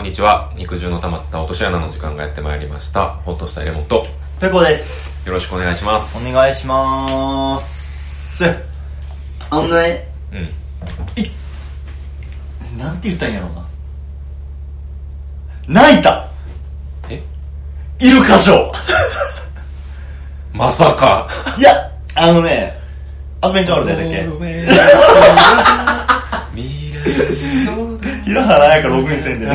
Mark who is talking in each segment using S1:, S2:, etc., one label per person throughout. S1: んにちは肉汁の溜まった落とし穴の時間がやってまいりましたほっとしたエレモンと
S2: ペコです
S1: よろしくお願いします
S2: お願いしまーすあのね
S1: うん
S2: なんて言ったんやろうな泣いた
S1: え
S2: いる箇所
S1: まさ か
S2: いやあのねアドベンチャーワールドやったっけ平原綾香ログインせんで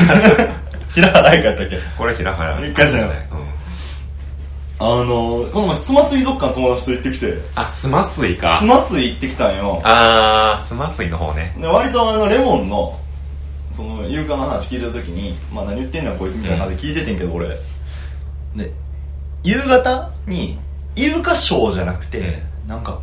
S2: 平原綾香やったっけ
S1: これ平原
S2: 一回じゃない
S1: うん
S2: あのこの前スマ水族館友達と行ってきて
S1: あスマスイか
S2: スマ水行ってきたんよ
S1: あースマスイの方ね
S2: で割とあのレモンのその勇敢な話聞いた時に、まあ、何言ってんのこいつみたいな感じで聞いててんけど、俺で夕方にイルカショーじゃなくて、なんか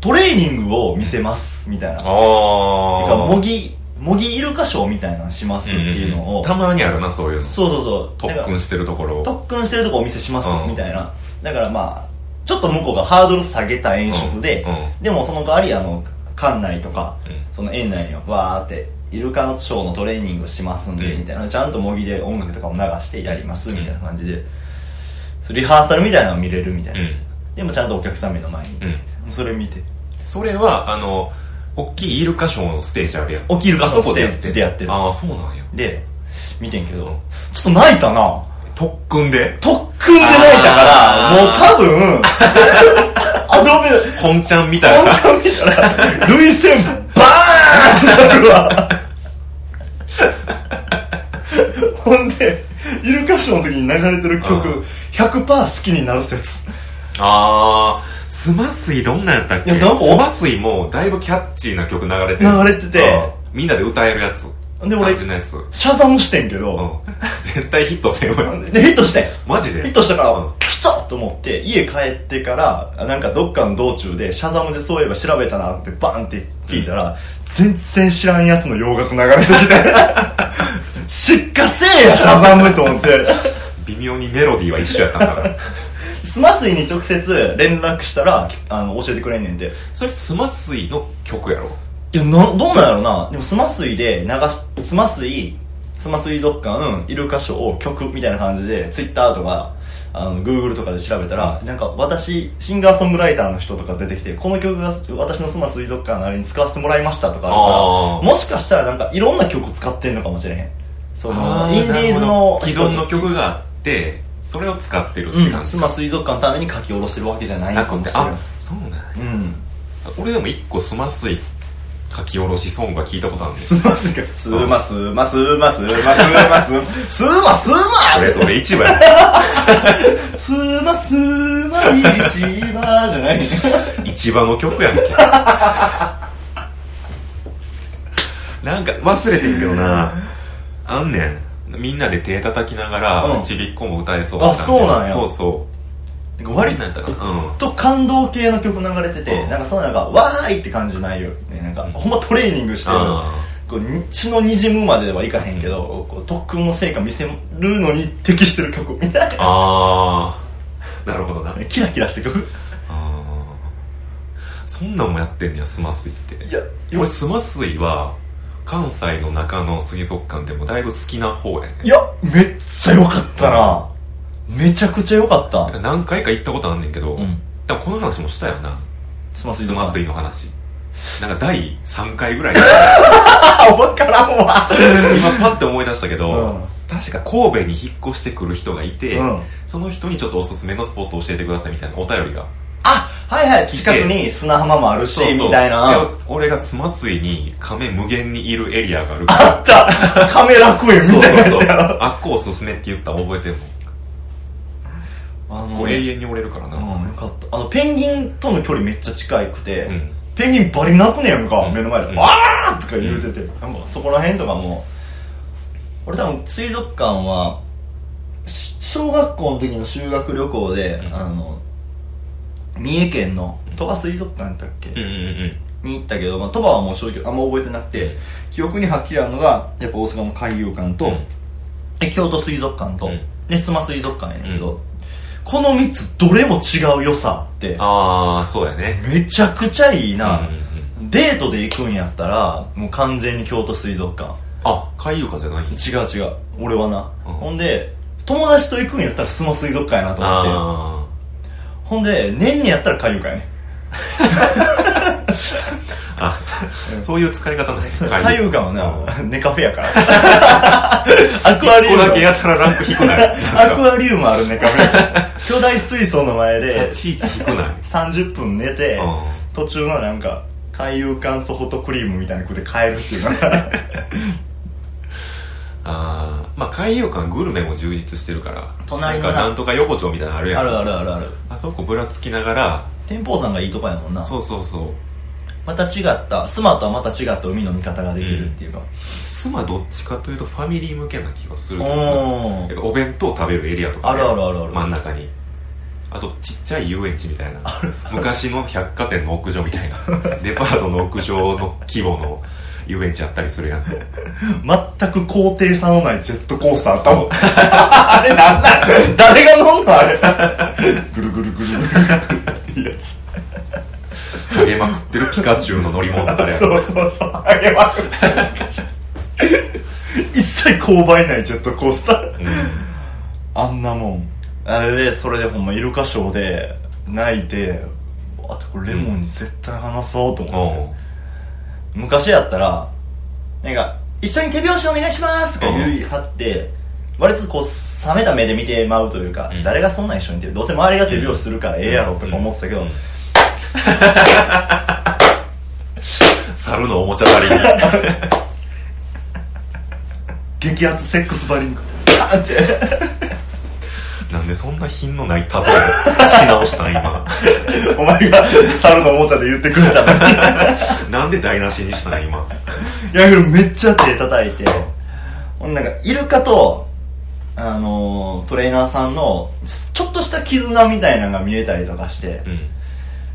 S2: トレーニングを見せますみたいな
S1: あ
S2: なんか模擬模擬イルカショーみたいなのしますっていうのを、
S1: たまにあるなそういうの
S2: そうそうそう
S1: 特
S2: なん
S1: 訓
S2: か
S1: してるところを
S2: 特訓してるとこお見せします
S1: うん
S2: みたいな、だからまあちょっと向こうがハードル下げた演出で、
S1: うんうん
S2: でもその代わりあの館内とか、
S1: うん
S2: その園内にはわーってイルカのショーのトレーニングしますんで、
S1: うん
S2: みたいなちゃんと模擬で音楽とかも流してやりますみたいな感じで、そうリハーサルみたいなのを見れるみたいな、
S1: うん
S2: でもちゃんとお客さん目の前に、それ見て
S1: それはあの大きいイルカショーのステージあるやん
S2: 大きいイルカショーのステージ
S1: あそこ
S2: でやってる
S1: ああそうなんや
S2: で見てんけど、
S1: うん
S2: ちょっと泣いたな
S1: 特訓で
S2: 特訓で泣いたから
S1: あー
S2: もう多 分アドベ
S1: 本ちゃんみ
S2: 本
S1: たいな
S2: 当見たら、涙腺バーンってなるわ。ほんで、イルカショーの時に流れてる
S1: うん
S2: 曲、100%好きになる説。
S1: あースマスイどんなんやったっけ
S2: いやなんか
S1: スマスイもだいぶキャッチーな曲流れてる
S2: 流れてて
S1: うんみんなで歌えるやつ
S2: で俺
S1: 感じのやつうん
S2: シャザムしてんけど、
S1: 絶対ヒットせんわよ
S2: で、ヒットしてん。
S1: マジで
S2: ヒットしたから、
S1: うん
S2: 来たと思って、家帰ってから、なんかどっかの道中で、シャザムでそういえば調べたなってバーンって聞いたら、全然知らんやつの洋楽流 れてきて、失火せえや、シャザムと思って。
S1: 微妙にメロディーは一緒やったんだから
S2: スマスイに直接連絡したらあの教えてくれんねんで
S1: それスマスイの曲やろ
S2: いやなどうなんやろなでもスマスイで流しスマスイスマ水族館イルカショーを曲みたいな感じでツイッターとかあの Google とかで調べたらなんか私シンガーソングライターの人とか出てきてこの曲が私のスマ水族館のあれに使わせてもらいましたとかある
S1: あ
S2: か
S1: ー
S2: らもしかしたらなんかいろんな曲使ってんのかもしれへんその
S1: あ
S2: インディー
S1: な
S2: ズの
S1: るほど既存の曲があってそれを使ってるって
S2: う
S1: 感
S2: ん
S1: じ
S2: スマ水族館のために書き下ろしてるわけじゃないの
S1: な
S2: か
S1: く
S2: も
S1: て
S2: しれない
S1: あそうなんや
S2: うん
S1: 俺でも一個スマスイ書き下ろしソングは聞いたことあるんです
S2: すますか。すますますますますますますます
S1: あれと俺一番や
S2: ますますます一番じゃない。
S1: 市場の曲やんけなんか忘れてんけどなあんねんみんなで手叩きながら、
S2: うん
S1: ちびっこも歌えそうな感じ
S2: あそうなんや
S1: そうそ
S2: 割
S1: うなんやったかなうん
S2: と感動系の曲流れてて、なんかそのなんかわーいって感じないよ。ねなんかほんまトレーニングしてる。
S1: あ
S2: こう血の滲むまではいかへんけど、こう特訓の成果見せるのに適してる曲みたい
S1: ーあーなるほどな
S2: な。キラキラして曲。
S1: あーそんなんもやってんねやスマスイって
S2: いや、
S1: 俺スマスイは関西の中の水族館でもだいぶ好きな方やね
S2: いや、めっちゃ良かったな。めちゃくちゃ良かった
S1: なんか。何回か行ったことあんねんけど、
S2: うん。
S1: でもこの話もしたよな
S2: すます
S1: スマスイの話なんか第3回ぐ らい
S2: あ、わからんわ。
S1: 今パッて思い出したけど、
S2: うん
S1: 確か神戸に引っ越してくる人がいて、
S2: うん
S1: その人にちょっとおすすめのスポットを教えてくださいみたいなお便りが
S2: あはいはい近くに砂浜もあるしみたいな
S1: で俺がスマスイに亀無限にいるエリアがあるから
S2: あったカメラクエ
S1: そうそ
S2: みたいなやつ
S1: うそう
S2: やろ
S1: あっこおすすめって言ったら覚えてるもん
S2: あ
S1: こう永遠に折れるからな、
S2: うんよかったあのペンギンとの距離めっちゃ近くて、
S1: うん
S2: ペンギンバリ泣くねやんか、
S1: うん
S2: 目の前で
S1: う
S2: 「
S1: ん
S2: わー!」とか言うてて、なんかそこら辺とかも俺多分水族館はし小学校の時の修学旅行で、
S1: うん
S2: あの三重県の鳥羽水族館やったっけ、
S1: うんうんうん
S2: に行ったけど、まあ、鳥羽はもう正直あんま覚えてなくて記憶にはっきりあるのがやっぱ大阪の海遊館と、
S1: うん
S2: え京都水族館と、
S1: うん
S2: で須磨水族館やねんけど、
S1: うん
S2: この3つどれも違う良さって
S1: ああそうやね
S2: めちゃくちゃいい
S1: うんう
S2: な
S1: んうん、
S2: デートで行くんやったらもう完全に京都水族館
S1: あ海遊館じゃないんや
S2: 違う違う俺はな、
S1: うん
S2: ほんで友達と行くんやったら須磨水族館やなと思って
S1: あ
S2: ほんで年にやったら海遊館やね
S1: ーあそういう使い方ないです
S2: 海遊館は
S1: うん
S2: な寝カフェやからアクアリ
S1: 一
S2: ウ
S1: 個
S2: ム
S1: だけやたらランク低くない
S2: アクアリウムある寝カフ ェ巨大水槽の前で
S1: 立ち位置低くない
S2: 30分寝て、
S1: う
S2: 途中のなんか海遊館ソフトクリームみたいな食って帰るっていうのが
S1: あーまあ海遊館グルメも充実してるから
S2: 隣
S1: な
S2: のなん
S1: かなんとか横丁みたいなのあるやん
S2: あるあるあるある
S1: あそこぶらつきながら
S2: 天保山がいいとこやもんな
S1: そうそうそう
S2: また違ったスマとはまた違った海の見方ができるっていうか、
S1: 須磨どっちかというとファミリー向けな気がするけどな
S2: おー
S1: お弁当食べるエリアとかね
S2: あるあるあるある
S1: 真ん中にあとちっちゃい遊園地みたいな昔の百貨店の屋上みたいな デパートの屋上の規模の遊園地あったりするや ん
S2: 全く高低差のないジェットコースターあったも んあれなんなん誰が乗んのあれぐるぐる ぐるぐるいいやつ
S1: 投げまくってるピカチュウの乗り物とかで
S2: そうそうそうあげまくって一切勾配ないジェットコースターあんなもんあれでそれでほんまイルカショーで泣いてあとこれレモンに絶対話そうと
S1: うん
S2: 思って、昔やったらなんか「一緒に手拍子お願いします」とか言い張って割とこう冷めた目で見てまうというか、
S1: うん
S2: 誰がそんなん一緒に手どうせ周りが手拍子するからええやろとか思ってたけど、
S1: うん猿のおもちゃなり に
S2: 激アツセックスバリングガーンって
S1: なんでそんな品のない例えをし直したん 今
S2: お前が猿のおもちゃで言ってくれたのに
S1: なんで台無しにしたん今
S2: いや、めっちゃ手叩いて、ほんなんか、イルカと、あのートレーナーさんの、ちょっとした絆みたいなのが見えたりとかして、
S1: うん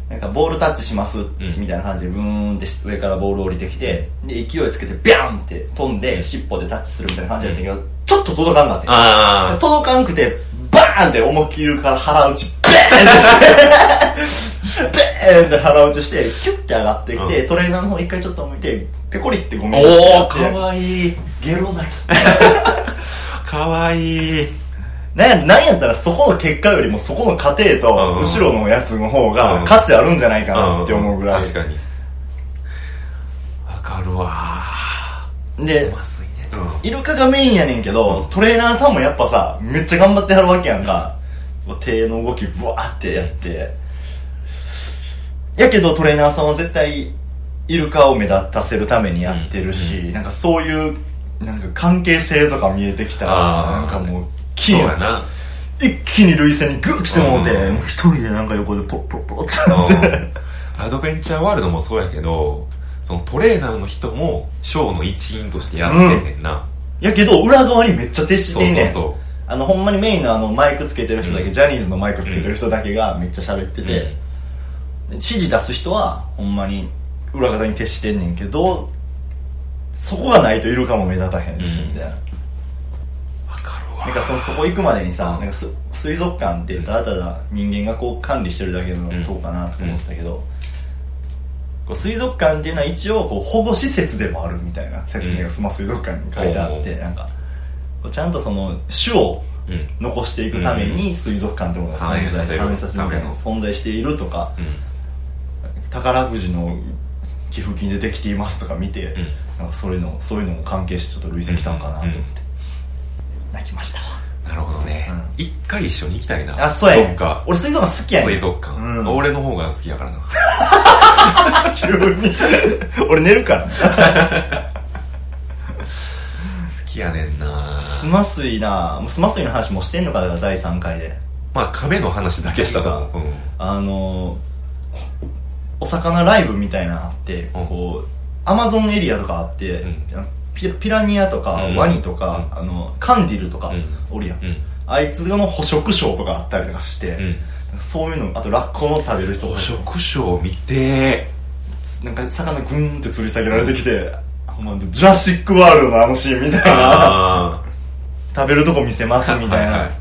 S2: なんか、ボールタッチします、
S1: ん
S2: みたいな感じで、ブーンって上からボール降りてきて、で、勢いつけて、ビャンって飛んで、尻尾でタッチするみたいな感じだったけど、ちょっと届かんかって。
S1: ああ
S2: 届かんくて、バーンって思いっきりイルカから腹打ち、ベーンってして、ベーンって腹打ちして、キュッて上がってきて、
S1: う
S2: トレーナーの方一回ちょっと向いて、ペコリってごめんって
S1: お
S2: や
S1: お
S2: って
S1: かわいい
S2: ゲロ泣き。
S1: かわいい
S2: なんやなんやったらそこの結果よりもそこの過程
S1: うん
S2: と、後ろのやつの方
S1: う
S2: が
S1: ん
S2: 価値あるんじゃないかなって思うぐらい。
S1: 確かにわかるわ
S2: で、
S1: ますいね
S2: イルカがメインやねんけ
S1: う
S2: ど、
S1: ん
S2: トレーナーさんもやっぱさ、めっちゃ頑張ってはるわけやんか。手の動きブワーってやって。やけどトレーナーさんは絶対、イルカを目立たせるためにやってるし、なんかそういう、なんか関係性とか見えてきたら、
S1: あー
S2: なんかもう、
S1: そ
S2: 金
S1: うやな
S2: 一気に涙腺にグー来てもうて、
S1: うん
S2: もう一人でなんか横でポッポッポッって
S1: うん アドベンチャーワールドもそうやけどそのトレーナーの人もショーの一員としてやってんねんな、
S2: やけど裏側にめっちゃ徹し
S1: そう
S2: て
S1: そ
S2: んね
S1: うんそ
S2: あのほんまにメインのあのマイクつけてる人だけ、
S1: うん
S2: ジャニーズのマイクつけてる人だけがめっちゃ喋って
S1: う
S2: て、指示出す人はほんまに裏方に徹してんねんけどそこがないといるかも目立たへんし、
S1: うん
S2: みたいな
S1: わかるわ
S2: なんかそのそこ行くまでにさなんかす水族館ってただただ人間がこう管理してるだけの
S1: うん
S2: とこかなとか思ってたけど、こう水族館っていうのは一応こう保護施設でもあるみたいな説明
S1: う
S2: が
S1: ん
S2: スマ水族館に書いてあって、
S1: おうおう
S2: なんかこうちゃんとその種を
S1: うんうん
S2: 残していくために水族館ってものが存在
S1: 繁栄させる
S2: 繁栄させるみたいな存在しているとか宝くじの寄付金でできていますとか見て、
S1: うん
S2: なんかそういうのそういうのも関係してちょっと累積きたんかなと思って、泣きましたわ
S1: なるほどね
S2: うん
S1: 一、回一緒に行きたいな
S2: あ、そうや
S1: ど
S2: ね
S1: っ
S2: ん
S1: か。
S2: 俺水族館好きやねん。
S1: 水族館、
S2: うん
S1: 俺の方が好きやからな
S2: 急 に。俺寝るから。
S1: 好きやねんな
S2: スマスイな、もうスマスイの話もしてんのかだから第3回で。
S1: まあ亀の話だけしたと思う、うん
S2: あのおお魚ライブみたいなのあって、
S1: うん
S2: こう、アマゾンエリアとかあって、
S1: うん
S2: ピピラニアとか、
S1: うん
S2: ワニとか、あの、カンディルとか
S1: うん、
S2: おるやん。
S1: うん
S2: あいつの捕食ショーとかあったりとかして、
S1: うん
S2: なんかそういうの、あとラッコの食べる人と
S1: 捕
S2: か
S1: 食ショー見て
S2: なんか魚グーンって吊り下げられてきて、ほんまジュラシックワールドのあのシーンみた いな。
S1: あ
S2: 食べるとこ見せますみた
S1: は
S2: い
S1: いは
S2: ない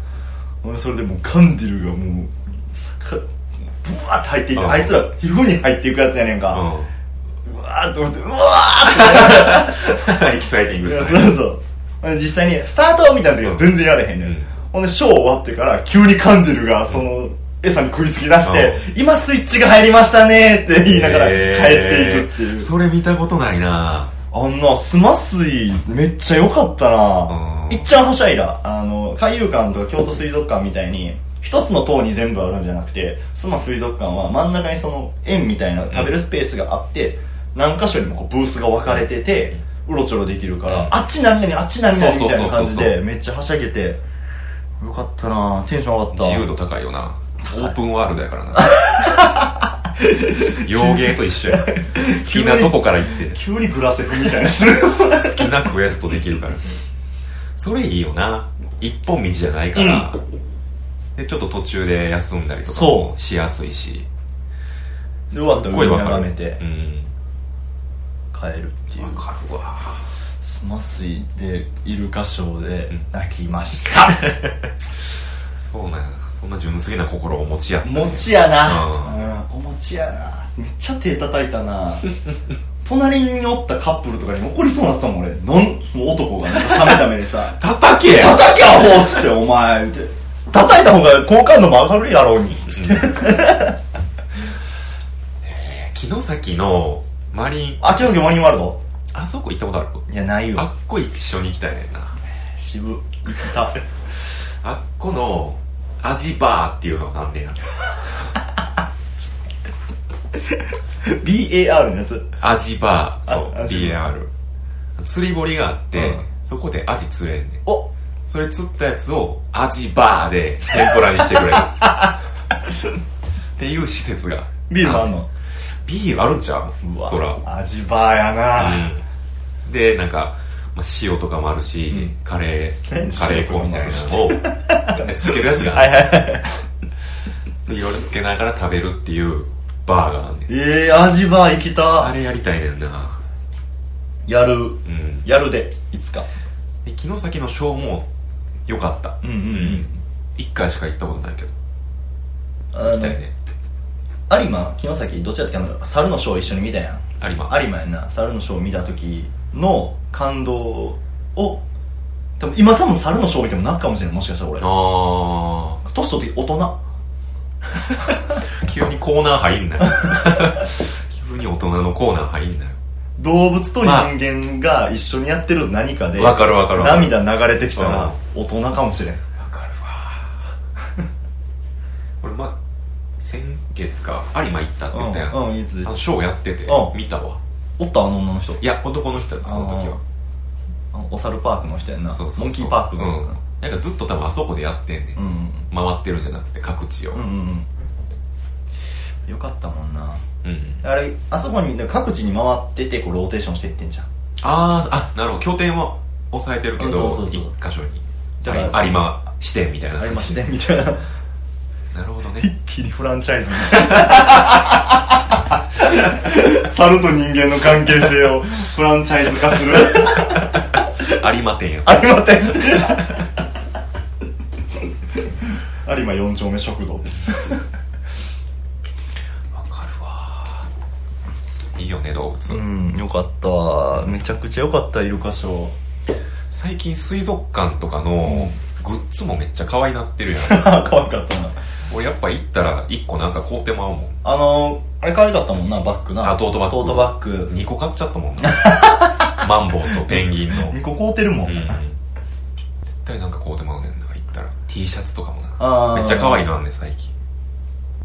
S2: 俺それでもうカンディルがもうさかブワーって入っていって
S1: うん
S2: あいつら皮膚に入っていくやつやねん
S1: あ
S2: か、うわーって思ってうわ
S1: エキサイティン
S2: ー
S1: グ
S2: って
S1: し
S2: そ
S1: た
S2: う
S1: ね
S2: そうほんで実際にスタートみたいな時は全然やれへんねん、
S1: うん
S2: ほんでショー終わってから急にカンディルがその餌に食いつき出して「今スイッチが入りましたね」って言いながら帰っていくっていう、
S1: えーそれ見たことないな
S2: あんな、スマスイ、めっちゃ良かったな
S1: うん
S2: いっちゃんはしゃいだ。あの、海遊館とか京都水族館みたいに、一つの塔に全部あるんじゃなくて、スマ水族館は真ん中にその円みたいな食べるスペースがあって、何箇所にもこうブースが分かれてて、うろちょろできるから、
S1: うん
S2: あっち何々、あっち何々みたいな感じ
S1: そうそうそう
S2: で、
S1: そ
S2: めっちゃはしゃげて、よかったなテンション上がった。
S1: 自由度高いよなオープンワールドやからな 洋芸と一緒や好きなとこから行って
S2: 急にグラセフみたい なする。
S1: 好きなクエストできるからそれいいよな一本道じゃないから、でちょっと途中で休んだりとかもしやすいし
S2: で、終わったら
S1: 声
S2: 上
S1: わか
S2: 眺
S1: る
S2: めて
S1: う、ん
S2: 帰るっていう
S1: わ。かるわ
S2: スマスイでイルカショーで
S1: うん
S2: 泣きま した、
S1: そうなんやなそんな純粋な心をお持ちやったね
S2: 餅や
S1: うん
S2: な、うん、お餅やなめっちゃ手叩いた な隣におったカップルとかに怒りそうになってたもん俺なんその男がなんか冷めた目 でさ
S1: 叩け
S2: 「叩けアホ!」っつって「お前」って叩いた方が好感度も上がるやろうにつって、
S1: 城崎のマリン
S2: あ清介マリンワールド
S1: あそこ行ったことある
S2: いやない
S1: あ
S2: よ
S1: っこ一緒に行きたいねんな
S2: 渋 行った
S1: あっこの味バーっていうのがあんねや
S2: BAR のやつ
S1: 味バーそう
S2: あアジ
S1: BAR 釣り堀があって、
S2: うん
S1: そこでアジ釣れんねん
S2: お
S1: それ釣ったやつをアジバーで天ぷらにしてくれるっていう施設が
S2: ビールもあんの
S1: ビールあるんちゃう
S2: う
S1: そら
S2: わ味バーやな、
S1: うんでなんか、まあ、塩とかもあるし、
S2: うん
S1: カレー
S2: 何
S1: カレー粉みたいなのをなんかつけるやつが
S2: は
S1: あ
S2: い
S1: る
S2: はいはい
S1: いろいろつけながら食べるっていうバーがあんねん
S2: えー、味バー行き
S1: あ
S2: た
S1: れやりたいねんな
S2: やる
S1: うん
S2: やるでいつか
S1: で城崎のショーも良かった
S2: うんうんうん
S1: 1回しか行ったことないけど
S2: あ
S1: 行
S2: の
S1: きたいね
S2: 有馬城崎どっちだったかな猿のショー一緒に見たやん
S1: 有馬
S2: 有馬やんな猿のショー見た時の感動を多分今多分猿のショー見ても泣くかもしれないもしかしたら俺
S1: あ
S2: 年取って大人
S1: ー急にコーナー入 んなよ急に大人のコーナー入んなよ
S2: 動物と人間が一緒にやってる何かで
S1: わかるわかるわかる
S2: 涙流れてきたら大人かもしれん
S1: わかるわ 俺ま先月か有馬行ったって言ったやん、
S2: うんうんいつ
S1: あのショーやってて、
S2: うん
S1: 見たわ
S2: おったあの女の人
S1: いや男の人だったその時は
S2: あのお猿パークの人やんな
S1: そうそうそう
S2: モンキーパーク
S1: う
S2: の
S1: んなんかずっと多分あそこでやってんね、、
S2: うんん
S1: 回ってるんじゃなくて各地を
S2: うんうんうんうんよかったもんな
S1: うん
S2: あれあそこに各地に回っててこうローテーションしていってんじゃん
S1: あーあなるほど拠点は抑えてるけ
S2: うんそ
S1: ど
S2: うそう
S1: 一
S2: そう
S1: 箇所に
S2: だから
S1: あ有馬支店みたいな
S2: あり
S1: 感
S2: まし
S1: じ
S2: てみたいな
S1: なるほど
S2: 一
S1: ね
S2: 気にフランチャイズみたいな猿と人間の関係性をフランチャイズ化する
S1: 有馬店や
S2: ありまてん有馬4丁目食堂
S1: わかるわいいよね動物、
S2: うんよかっためちゃくちゃよかったイルカショー
S1: 最近水族館とかのグッズもめっちゃ可愛いなってる やん
S2: 可愛かったな
S1: 俺やっぱ行ったら1個なんか買うてまうもん
S2: あのあれ可愛かったもんなバッグな
S1: あトートバッグ
S2: トートバッグ
S1: 2個買っちゃったもん なマンボウとペンギンの
S2: 2個買うてるもん、
S1: うん絶対なんか買うてまうねんな行ったら T シャツとかも
S2: あ
S1: なめ
S2: ー
S1: っちゃ可愛いのあんねん最近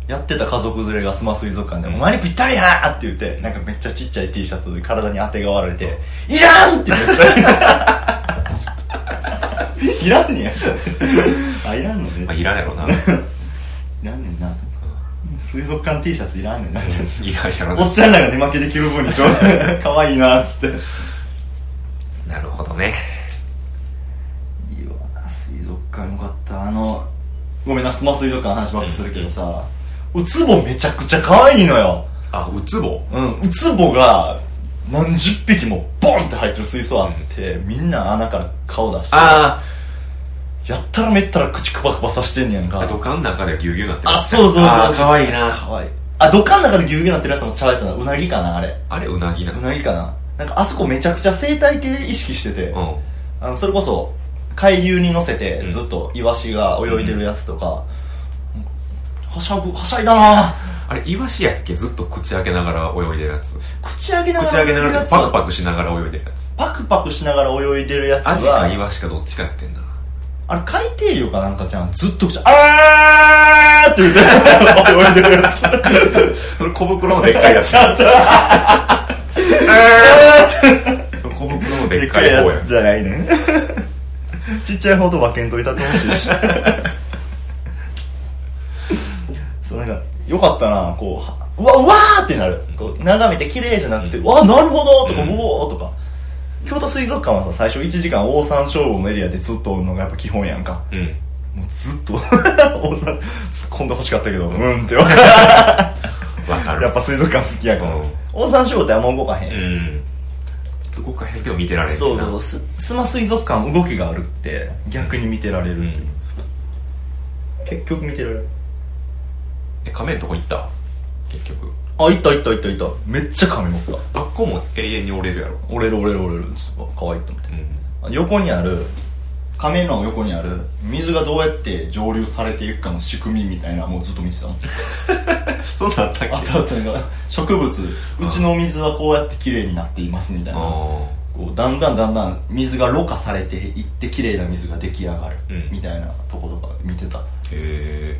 S2: やってた家族連れがスマ水族館で、
S1: うん
S2: お前にぴったりやなって言って、なんかめっちゃちっちゃい T シャツで体にあてがわれて、いらんってめっちゃ言う いらんねんや。あ、いらんの
S1: まあ
S2: ね。
S1: いらんやろ ない
S2: いらんねんな。水族館 T シャツいらんねんな。
S1: らんやろ
S2: おっちゃんらが寝負けで着る分にちょうど かわいいなっつっ
S1: な
S2: て。
S1: なるほどね
S2: いいわ水族館よかったあのごめんなスマ水族館の話ばっかりするけどさウツボめちゃくちゃ可愛いのよ
S1: あウツボ
S2: うんウツボが何十匹もボンって入ってる水槽あって、みんな穴から顔出して
S1: あ
S2: やったらめったら口クバクバさしてんねやん
S1: あ
S2: か
S1: 土管の中でギュうギュうなってる
S2: あそうそうそう
S1: あー可愛いな
S2: 可愛いああ土管の中でギュウギュウなってるやつもちゃうやつなうなぎかなあれ
S1: あれうなぎな
S2: う
S1: の
S2: なぎかななんかあそこめちゃくちゃ生態系意識してて、
S1: うん
S2: あのそれこそ海流に乗せて
S1: うん
S2: ずっとイワシが泳いでるやつとか、はしゃぐはしゃいだな
S1: あれイワシやっけずっと口開けながら泳いでるやつ
S2: 口上げなが
S1: 口
S2: ら
S1: 開け
S2: 泳いで
S1: な
S2: る
S1: が
S2: や
S1: ら
S2: つ
S1: パ
S2: は
S1: クパクしながら泳いでるやつ
S2: パクパクしながら泳いでるやつ
S1: アジかイ
S2: は
S1: ワシかどっちかやってんな
S2: あれ海底魚かなんかじゃんずっと口あーって言って泳いでるやつ
S1: それ小袋のでっかいやつ
S2: ちゃうちゃう
S1: それ小袋ので
S2: で
S1: っ
S2: っ
S1: か
S2: か
S1: い
S2: い
S1: 方
S2: や
S1: や
S2: つじゃないねちっちゃいほど分けんといたってほしいしそうなんかよかったなこうはうわうわーってなるこう眺めて綺麗じゃなくて、うわなるほどとか、
S1: う
S2: うんおーとか京都水族館はさ最初1時間オオサンショウウオのエリアでずっとおるのがやっぱ基本やんか
S1: うん
S2: もうずっとオオサン突っ込んでほしかったけどうんって分か
S1: わか
S2: る
S1: る
S2: やっぱ水族館好きやから、
S1: うん
S2: オオサンショウウオってあんま動かへん
S1: う、んどこかへんけど見てられる
S2: そうそうそうすスマ水族館動きがあるって逆に見てられるっていう、
S1: ん
S2: 結局見てられる
S1: え亀のとこ行った結局
S2: あいたいたいたいためっちゃ髪持った
S1: あっこも永遠に折れるやろ
S2: 折れる折れる折れるあ可愛いと思って
S1: うん
S2: 横にある亀の横にある水がどうやって蒸留されていくかの仕組みみたいなもうずっと見てた もん
S1: そうなったっけ
S2: あったあったなんか植物うちの水はこうやって綺麗になっていますみたいな
S1: あ
S2: こうだんだんだんだん水がろ過されていって綺麗な水が出来上がる
S1: うん
S2: みたいなとことか見てた、
S1: ーへ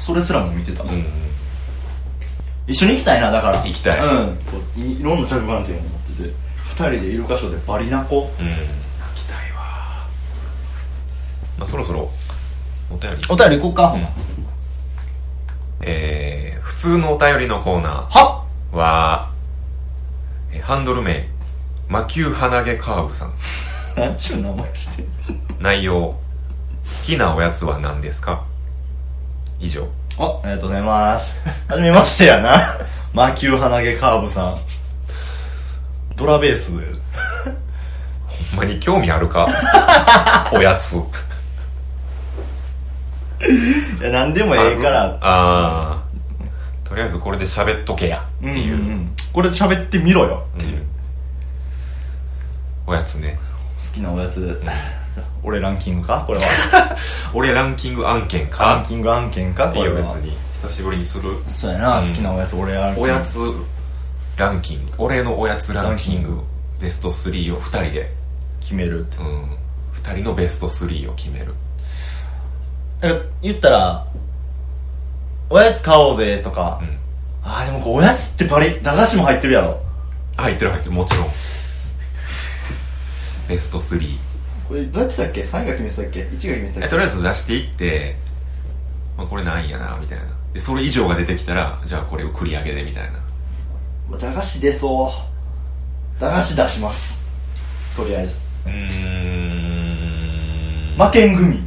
S2: それすらも見てた、
S1: えうん
S2: 一緒に行きたいなだから
S1: 行きたい
S2: うんこういいろんな着眼点を持ってて二人でいる箇所でバリナコ
S1: うん泣きたいわまあそろそろお便り
S2: お便り行こうか、は
S1: えー、普通のお便りのコーナ
S2: っ
S1: ーはえーハンドル名魔球鼻毛カーブさん
S2: 何ちゅう名前してん
S1: 内容好きなおやつは何ですか以上
S2: あありがとうございますはじめまして やな魔球鼻毛カーブさんドラベースで
S1: ほんまに興味ある かおやつ
S2: いや何でもええから
S1: あーとりあえずこれで喋っとけやっていう,、
S2: んんんこれ喋ってみろよっていう、
S1: うんおやつね
S2: 好きなおやつ 俺ランキングかこれ は
S1: 俺ランキング案件
S2: ラン
S1: か
S2: キング案件か
S1: いい
S2: これ
S1: よ
S2: は
S1: 別に久しぶりにする
S2: そうやな、
S1: うん
S2: 好きなおやつ俺ランキン
S1: お
S2: グ
S1: やつランキング俺のおやつランキングベスト3を2人で
S2: 決めるって
S1: うん2人のベスト3を決める
S2: だから言ったら、おやつ買おうぜとか、
S1: うん
S2: ああ、でもこうおやつってバリ、駄菓子も入ってるやろ。
S1: 入ってる入ってるもちろんベスト3
S2: これどうやってたっけ ?3 が決めてたっけ ?1 が決めて
S1: えとりあえず出していって、まあ、これなんやなみたいなでそれ以上が出てきたらじゃあこれを繰り上げでみたいな
S2: まあ駄菓子出そう。駄菓子出します。とりあえず。
S1: うーん
S2: 負けん 組。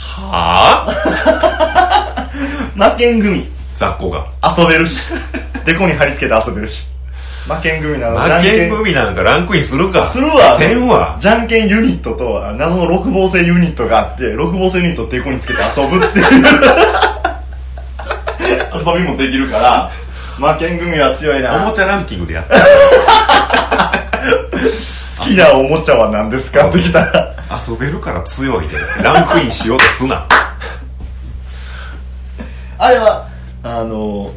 S1: はあ
S2: 負けん組。
S1: 雑魚が
S2: 遊べる し。デコに貼り付けて遊べるし。負けん組なの
S1: 負
S2: じゃん
S1: け組なんかランクインするか
S2: するわ
S1: せん わ
S2: じゃんけんユニットとあ謎の六芒星ユニットがあって六芒星ユニットをデコにつけて遊ぶっていう 遊びもできるから負けん組は強い
S1: お
S2: な
S1: も
S2: 好
S1: ちゃランキングでやって
S2: きなおもちゃは何ですかってきたら
S1: 遊べるから強いでランクインしようとす な
S2: あれはあの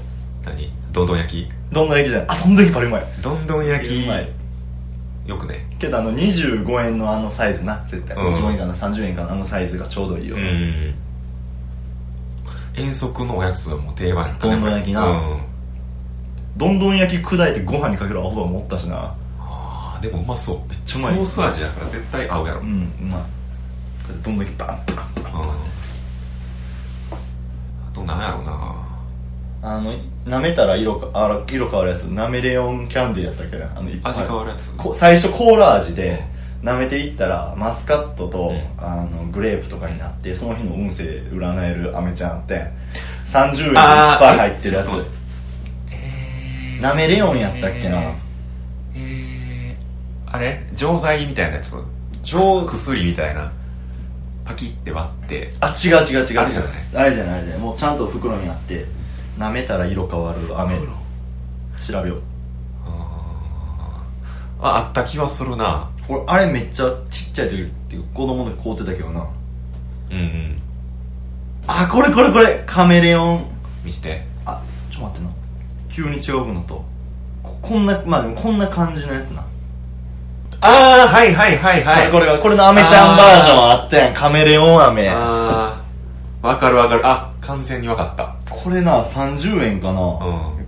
S1: 何どんどん焼
S2: どんどん焼きじゃないあどんどん焼きパリうまい
S1: きどんどん焼き
S2: うまい
S1: よくね
S2: けどあの25円のあのサイズな絶対、
S1: うん
S2: 25円かな30円かなあのサイズがちょうどいいよ、
S1: ん遠足のおやつはもう定番やった
S2: どんどん焼きな
S1: うん
S2: どんどん焼き砕いてご飯にかけるアホと思ったしな
S1: あーでもうまそうめっ
S2: ちゃうまい
S1: ソース味だから絶対合うやろ、
S2: う
S1: うん
S2: んうまいどんどん焼きバンバンバン
S1: あとなんやろうな
S2: あの舐めたら色かあら色変わるやつ舐めレオンキャンディーやったっけなあのいっぱい
S1: 味変わるやつ
S2: こ最初コーラ味で舐めていったらマスカットと、
S1: うん
S2: あのグレープとかになってその日の運勢占える飴ちゃんあって30円いっ
S1: あー
S2: ぱい入ってるやつ
S1: うんえ
S2: 舐めレオンやったっけな
S1: えーえーあれ錠剤みたいなやつ
S2: 錠
S1: 薬みたいなパキって割って
S2: あ違う違う違う違う
S1: あれじゃない
S2: あれじゃないあれじゃないもうちゃんと袋にあって舐めたら色変わる雨調べよう
S1: あーああった気はするな
S2: これあれめっちゃちっちゃい時っていうか子供の時凍ってたけどな
S1: うんうん
S2: あこれこれこれカメレオン
S1: 見して
S2: あちょっと待ってな急に違うのとここんなまあでもこんな感じのやつな
S1: ああはいはいはいは
S2: これこれこれのアメちゃんバージョンあったやんカメレオンアメ
S1: ああわかるわかるあ完全にわかった
S2: これな30円か
S1: うん
S2: なや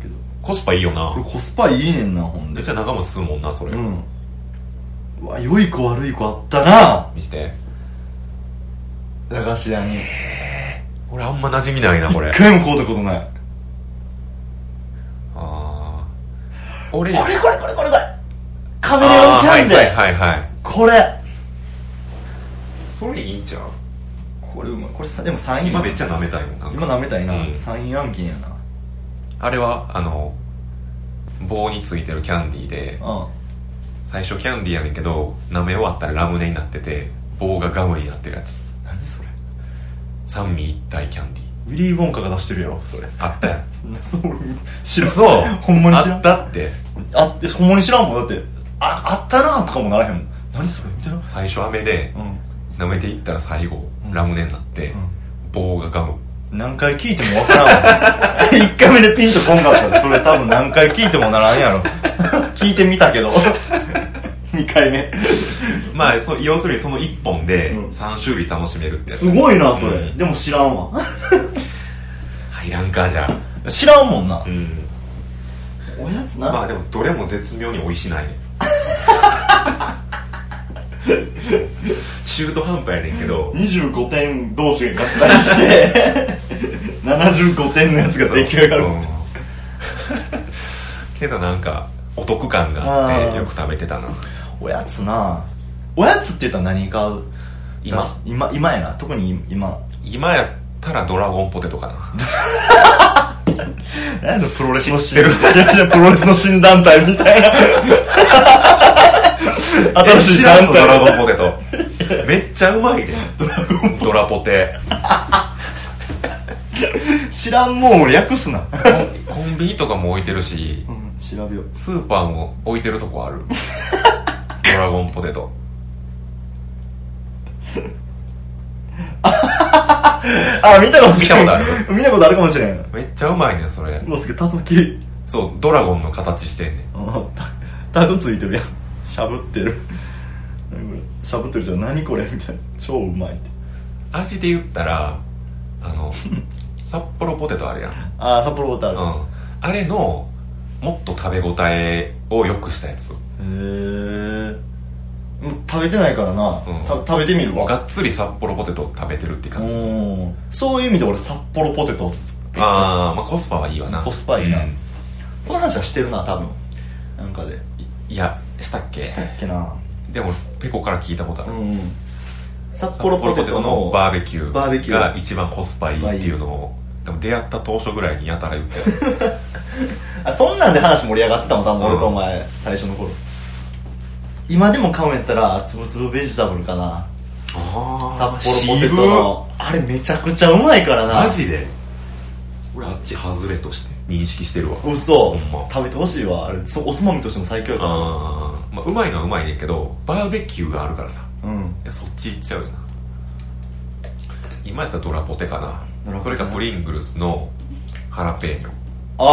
S2: けど
S1: コスパいいよ
S2: これ
S1: な
S2: コスパいいねんなほんで
S1: めっちゃ長持ちするもんなそれ、
S2: うんうわ良い子悪い子あったな
S1: 見して
S2: 駄菓子屋に
S1: 俺あんま馴染みないなこれ
S2: 一回も買うたことない
S1: あー俺
S2: これこれこれこれこれ
S1: カ
S2: カメレオンキャンデー、
S1: はいはいはい、はい、
S2: これ
S1: それいいんちゃう
S2: これうまいこれさでも3位
S1: 今めっちゃ舐めたいもんなん
S2: 今
S1: か
S2: 舐めたいな、
S1: うん
S2: 三位暗金やな
S1: あれはあの棒についてるキャンディーで
S2: うん
S1: 最初キャンディーやねんけど舐め終わったらラムネになってて棒がガムになってるやつ
S2: 何それ
S1: 三味一体キャンディー
S2: ウィリー・ボンカが出してるやろそれ
S1: あったやん
S2: そう知らん
S1: そう
S2: ほんまに知らん
S1: あったって
S2: あってほんまに知らんもんだってああったなとかもならへんもん何それみたいな
S1: 最初飴で
S2: うん
S1: 舐めていったら最後
S2: うん
S1: ラムネになって、
S2: うん
S1: 棒がガム
S2: 何回聞いてもわからんもん 一回目でピンとこんかったらそれ多分何回聞いてもならんやろ 聞いてみたけど 二回目
S1: まあそう要するにその1本で
S2: うん
S1: 3種類楽しめるってやつ
S2: すごいなそれ、
S1: うん
S2: でも知らんわ
S1: 入らんかじゃあ
S2: 知らんもんな
S1: うん
S2: おやつな、
S1: まあでもどれも絶妙に美味しないね中途半端やねんけど
S2: 25点同士が合体して 75点のやつが出来上がる
S1: うんけどなんかお得感があっ
S2: あー
S1: てよく食べてたな
S2: おやつなおやつって言ったら何買う
S1: 今
S2: 今今やな特に今
S1: 今やったらドラゴンポテトかな
S2: 何 でプロレスの
S1: 知ってる
S2: 知らん知 らんプロレスの新団体み たいな新しい
S1: え知らん
S2: 団
S1: のドラ
S2: 体
S1: ゴンポテ トめっちゃうまいでドラゴンドラポテ
S2: 知らんもんを略すな、
S1: コンビニとかも置いてるし
S2: うん、調べよう
S1: スーパーも置いてるとこある ドラゴンポテト
S2: あ見たかもしれん
S1: 見たことあ
S2: 見たことあるかもしれん
S1: めっちゃうまいねんそれ
S2: もうすぐたつき
S1: そうドラゴンの形してんねん
S2: あタタグついてるやんしゃぶってる何これしゃぶってるじゃん何これみたいな超うまいって
S1: 味で言ったらあ の札幌ポテトあるやん、うん、
S2: ああ札幌ボタンあ
S1: あれのもっと食べ応えを良くしたやつ
S2: るへえ食べてないからな、
S1: ん
S2: た食べてみるわ
S1: がっつり札幌ポテトを食べてるって感じ
S2: うんそういう意味で俺札幌ポテトめっちゃ
S1: ああまあコスパはいいわな
S2: コスパいいな
S1: うん
S2: この話はしてるな多分なんかで
S1: いやしたっけ
S2: したっけな
S1: でもペコから聞いたことあ
S2: う
S1: る、
S2: ん札幌ポテトの
S1: バーベキュー
S2: バーベキュー
S1: が一番コスパいいっていうのをでも出会った当初ぐらいにやたら言ってる
S2: あそんなんで話盛り上がってたもん多分俺と
S1: うん
S2: お前最初の頃今でも買うんやったらつぶつぶベジタブルかな
S1: あ
S2: 札幌ポテトのあれめちゃくちゃうまいからな
S1: マジで俺あっち外れとして認識してるわ
S2: 嘘
S1: ほんま
S2: 食べてほしいわあれそおつまみとしても最強やか
S1: あーまあうまいのはうまいねんけどバーベキューがあるからさ
S2: らうん
S1: いやそっち行っちゃうよな今やったらドラポテかな
S2: ドラポテね
S1: それかプリングルスのハラペーニョ
S2: あ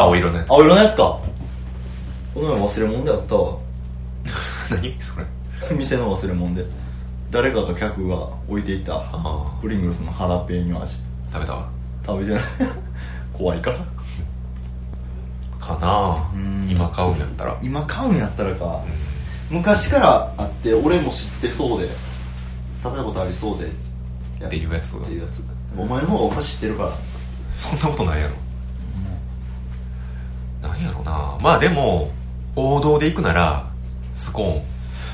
S2: あ
S1: 青色のやつ
S2: 青色のやつかこの前忘れ物であった わ
S1: 何それ
S2: 店の忘れ物で誰かが客が置いていた
S1: あ
S2: プリングルスのハラペーニョ味
S1: ー食べたわ
S2: 食べてない 怖いから
S1: かな
S2: うん
S1: 今買うんやったらうん
S2: 今買うんやったらか昔からあって俺も知ってそうで食べたことありそうで
S1: っていうやつ
S2: っていうやつお前の方がお菓子知ってるから
S1: そんなことないやろなんやろなまあでも王道で行くならスコーン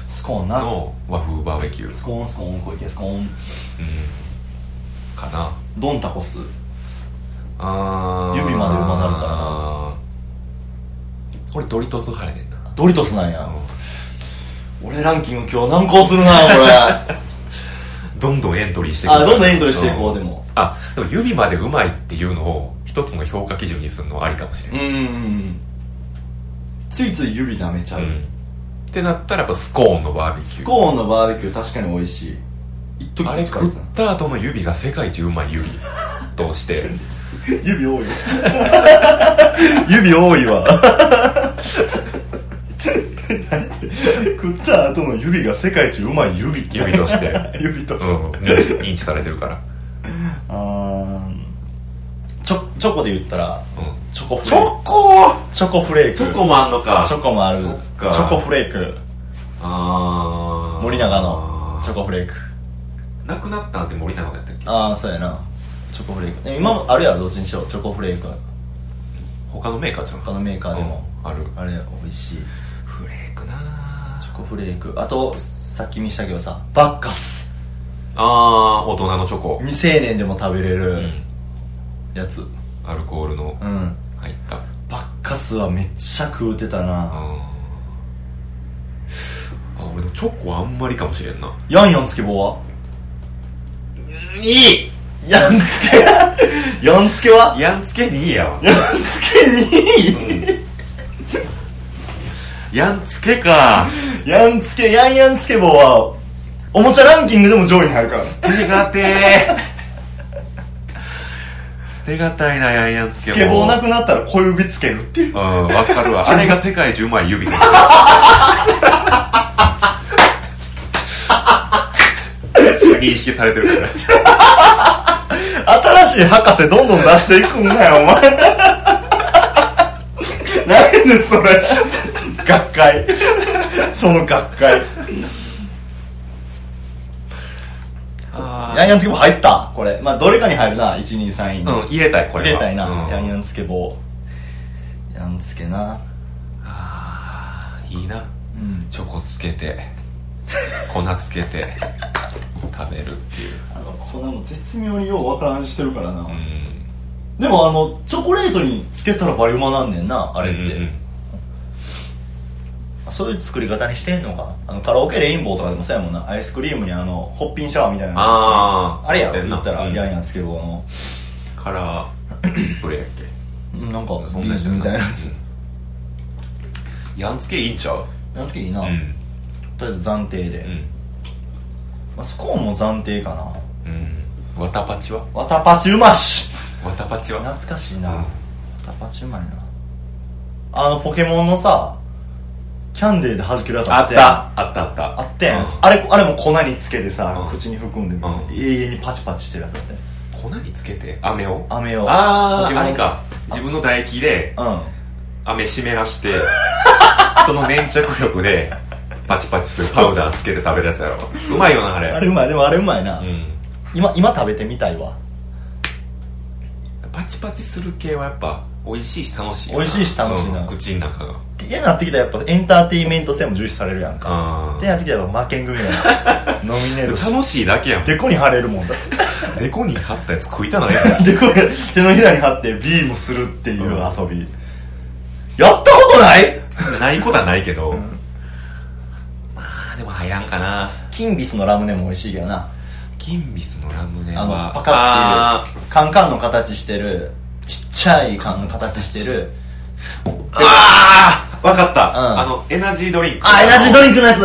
S2: スコーンな
S1: の和風バーベキュー、うん、
S2: スコーンスコーン小池スコーン
S1: かな
S2: ドンタコス
S1: あー
S2: 指までうまなるからな
S1: あー俺ドリトス派やねんな
S2: ドリトスなんや
S1: あの
S2: 俺ランキング今日難航するなこれ
S1: どんどんエントリーして
S2: あどんどんエントリーしていこうで
S1: も
S2: も
S1: あでも指までうまいっていうのを一一つの評価基準にするのはありかもしれ
S2: う
S1: ない、
S2: んうんうんついつい指舐めちゃう、
S1: うんってなったらやっぱスコーンのバーベキュー
S2: スコーンのバーベキュー確かに美味しい一時
S1: あれ
S2: 作
S1: 食っ
S2: っ
S1: てた後の指が世界一うまい 指として
S2: た 指多い指多いわなんて 食った後の指が世界一うまい指って
S1: 指として
S2: 指
S1: う
S2: と
S1: ん
S2: して、
S1: 認知認知されてるから、
S2: あーチョチョコで言ったら
S1: うん、
S2: チョコフ
S1: チ
S2: レーク
S1: ョコ
S2: チョコフレーク
S1: チョコもあんのか
S2: チョコもあるチ
S1: そっか
S2: ョコフレーク
S1: あー
S2: 森永のチョコフレーク
S1: なくなったんって森永だったっけ
S2: ああそうやなチョコフレークえ今もあるやろどっちにしろチョコフレークは
S1: 他のメーカーじゃん
S2: 他のメーカーでも、
S1: うんある
S2: あれ美味しい
S1: フレークな
S2: チョ
S1: あ
S2: コフレークあとさっき見したけどさバッカス
S1: あー大人のチョコ、
S2: 未成年でも食べれ
S1: う
S2: る
S1: ん、
S2: やつうん、
S1: アルコールの入った
S2: バッカスはめっちゃ食うてたな、
S1: あーあ俺でもチョコあんまりかもしれんな
S2: ヤンヤンつけ棒はいヤンつけ ヤンつけはい
S1: やんつけにいいやわ
S2: ヤンつけに
S1: やんつけ か
S2: ヤンつけヤンヤンつけ棒はおもちゃランキングでも上位に入るから
S1: 捨てがて ー捨てがたいなやんやんつけ
S2: つ
S1: も
S2: け棒なくなったら小指つけるっていう
S1: うんわかる わあれが世界一うまい指として認識されてる から
S2: 新しい博士どんどん出していくんだよお前 何でそれ学会その学会
S1: あ
S2: ヤンヤンつけ棒入ったこれまあどれかに入るな123位に、
S1: うん入れたいこ
S2: 入
S1: れ
S2: れ
S1: は
S2: たいな、
S1: うん
S2: ヤンヤンつけ棒ヤンつけな
S1: あーいいな
S2: うん
S1: チョコつけて粉つけて食べるっていう
S2: あの粉も絶妙にようわからん味してるからな、
S1: うん
S2: でもあのチョコレートにつけたらバリウマなんねんなあ
S1: あ
S2: れって、そういう作り方にしてんのかあのカラオケレインボーとかでもそうやもんなアイスクリームにあのホッピンシャワーみたいなの
S1: あー
S2: あれやろ
S1: やってんな
S2: 言ったら、
S1: うん
S2: ヤンヤンつけ棒の
S1: カラースプレーやっ
S2: うんなんか
S1: け
S2: ビーズみたいなやつ
S1: うんやんつけいいんちゃう
S2: ヤンつけいいな、
S1: う
S2: と
S1: ん
S2: りあえず暫定で、
S1: うん
S2: まあ、スコーンも暫定かな
S1: うんわたパチは
S2: わたパチうまし
S1: わたパチは
S2: 懐かしいな、
S1: うん
S2: わたパチうまいなあのポケモンのさキャンデーで弾けるやつ
S1: あっ
S2: やん
S1: たあったあった
S2: あったやん、
S1: うん
S2: あれあれも粉につけてさ、
S1: うん
S2: 口に含んで、
S1: ん
S2: 永遠にパチパチしてるやつだって
S1: 粉につけて飴を
S2: 飴を
S1: あ
S2: ポ
S1: あ
S2: ケモン
S1: あれか自分の唾液で
S2: うん
S1: 飴湿ら してその粘着力でパチパチするパウダーつけて食べるやつやろうまいよなあれ
S2: あれうまいでもあれうまいな、
S1: うん
S2: 今今食べてみたいわ
S1: パチパチする系はやっぱ美味しいし楽しいよ
S2: 美味しいし楽しいな
S1: うん口の中が
S2: って嫌になってきたらやっぱエンターテインメント性も重視されるやんか
S1: あ
S2: ってなってきたら負けん 組やなノミネートし
S1: 楽しいだけやん
S2: でこに貼れるもんだ って
S1: デコに貼ったやつ食いたない
S2: でこに手のひらに貼ってビームするっていう
S1: うん
S2: 遊び、やったことない
S1: ないことはないけど
S2: ん
S1: まあでも入らんかな
S2: キンビスのラムネも美味しいけどな
S1: 金ビスのラムネは
S2: あのパカ
S1: あ
S2: っていうカンカンの形してるちっちゃい缶の形してる
S1: ーあーわかった、
S2: うん
S1: あのエナジードリンク
S2: あエナジードリンクのやつ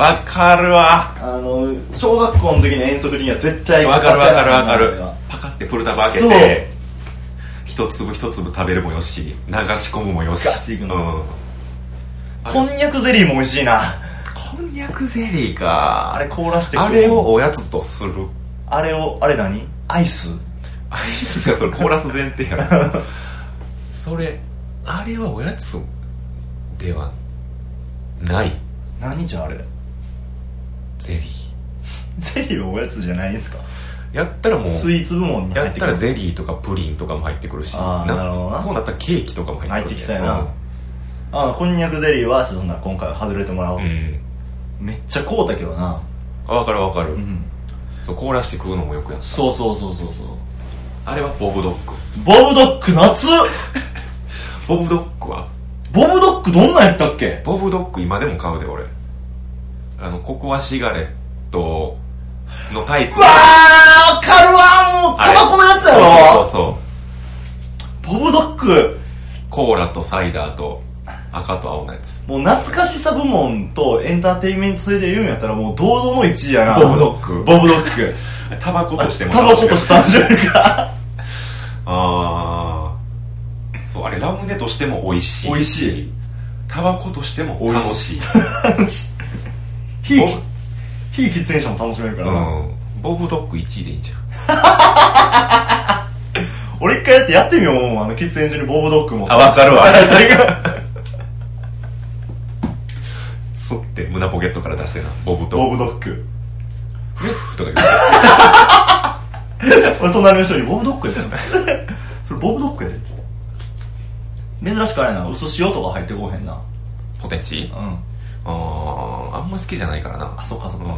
S1: わかるわ
S2: あの小学校の時の遠足には絶対
S1: わかるわかるわか
S2: 欠せ
S1: る
S2: ないのよ
S1: パカってプルタブ開けて一粒一粒食べるもよし流し込むもよし
S2: ガッていくの
S1: うんあれ
S2: こんにゃくゼリーも美味しいな
S1: こんにゃくゼリーか
S2: あれ凍らしてく
S1: あれをおやつとする
S2: あれをあれ何アイス
S1: アイスがそれコーラス前提や ろそれあれはおやつではない
S2: 何じゃあれ
S1: ゼリー
S2: ゼリーはおやつじゃないんですか
S1: やったらもう
S2: スイーツ部門に入
S1: や
S2: っ
S1: ってた
S2: くる
S1: らゼリーとかプリンとかも入ってくるし
S2: あーなるほどな
S1: そうなったらケーキとかも入ってくるし
S2: 入ってきそうやなあこんにゃくゼリーはそんな今回は外れてもらおう、
S1: うん、うん
S2: めっちゃこうだけどな
S1: あ分かる分かる、
S2: ん
S1: そう凍らして食うのもよくやった
S2: そうそうそうそうそう
S1: あれはボブドッグ
S2: ボブドック夏
S1: ボブドッグは
S2: ボブドックどんなんやったっけ
S1: ボブドッグ今でも買うで俺あのココアシガレットのタイプ
S2: うわーわかるわもうタバコのやつやろ
S1: そうそうそうそう
S2: ボブドッグ
S1: コーラとサイダーと赤と青のやつ
S2: もう懐かしさ部門とエンターテインメント性で言うんやったらもう堂々の1位やな
S1: ボブドッグ
S2: ボブドッグ
S1: タバコとしても
S2: タバコとして楽しめるか
S1: ああそうあれラムネとしても美味しい
S2: 美味しい
S1: タバコとしても
S2: 美
S1: 楽
S2: 味
S1: しい
S2: 非非喫煙者も楽しめるか
S1: う
S2: らな、
S1: んボブドッグ1位でいいんじゃん
S2: 俺一回やってやってみようもうあの喫煙所にボブドッグも
S1: あわか るわ
S2: 誰か
S1: スッて胸ポケットから出してなボブド
S2: ボ
S1: ッグ
S2: ブドッグ
S1: とか言う
S2: 俺隣の人にボブドッグやでそれボ ブドッグやでって珍しくあれやな薄塩とか入ってこうへんな
S1: ポテチ
S2: うん
S1: あーあんま好きじゃないからな
S2: あ
S1: あ
S2: そっかそっ
S1: う
S2: か、
S1: ん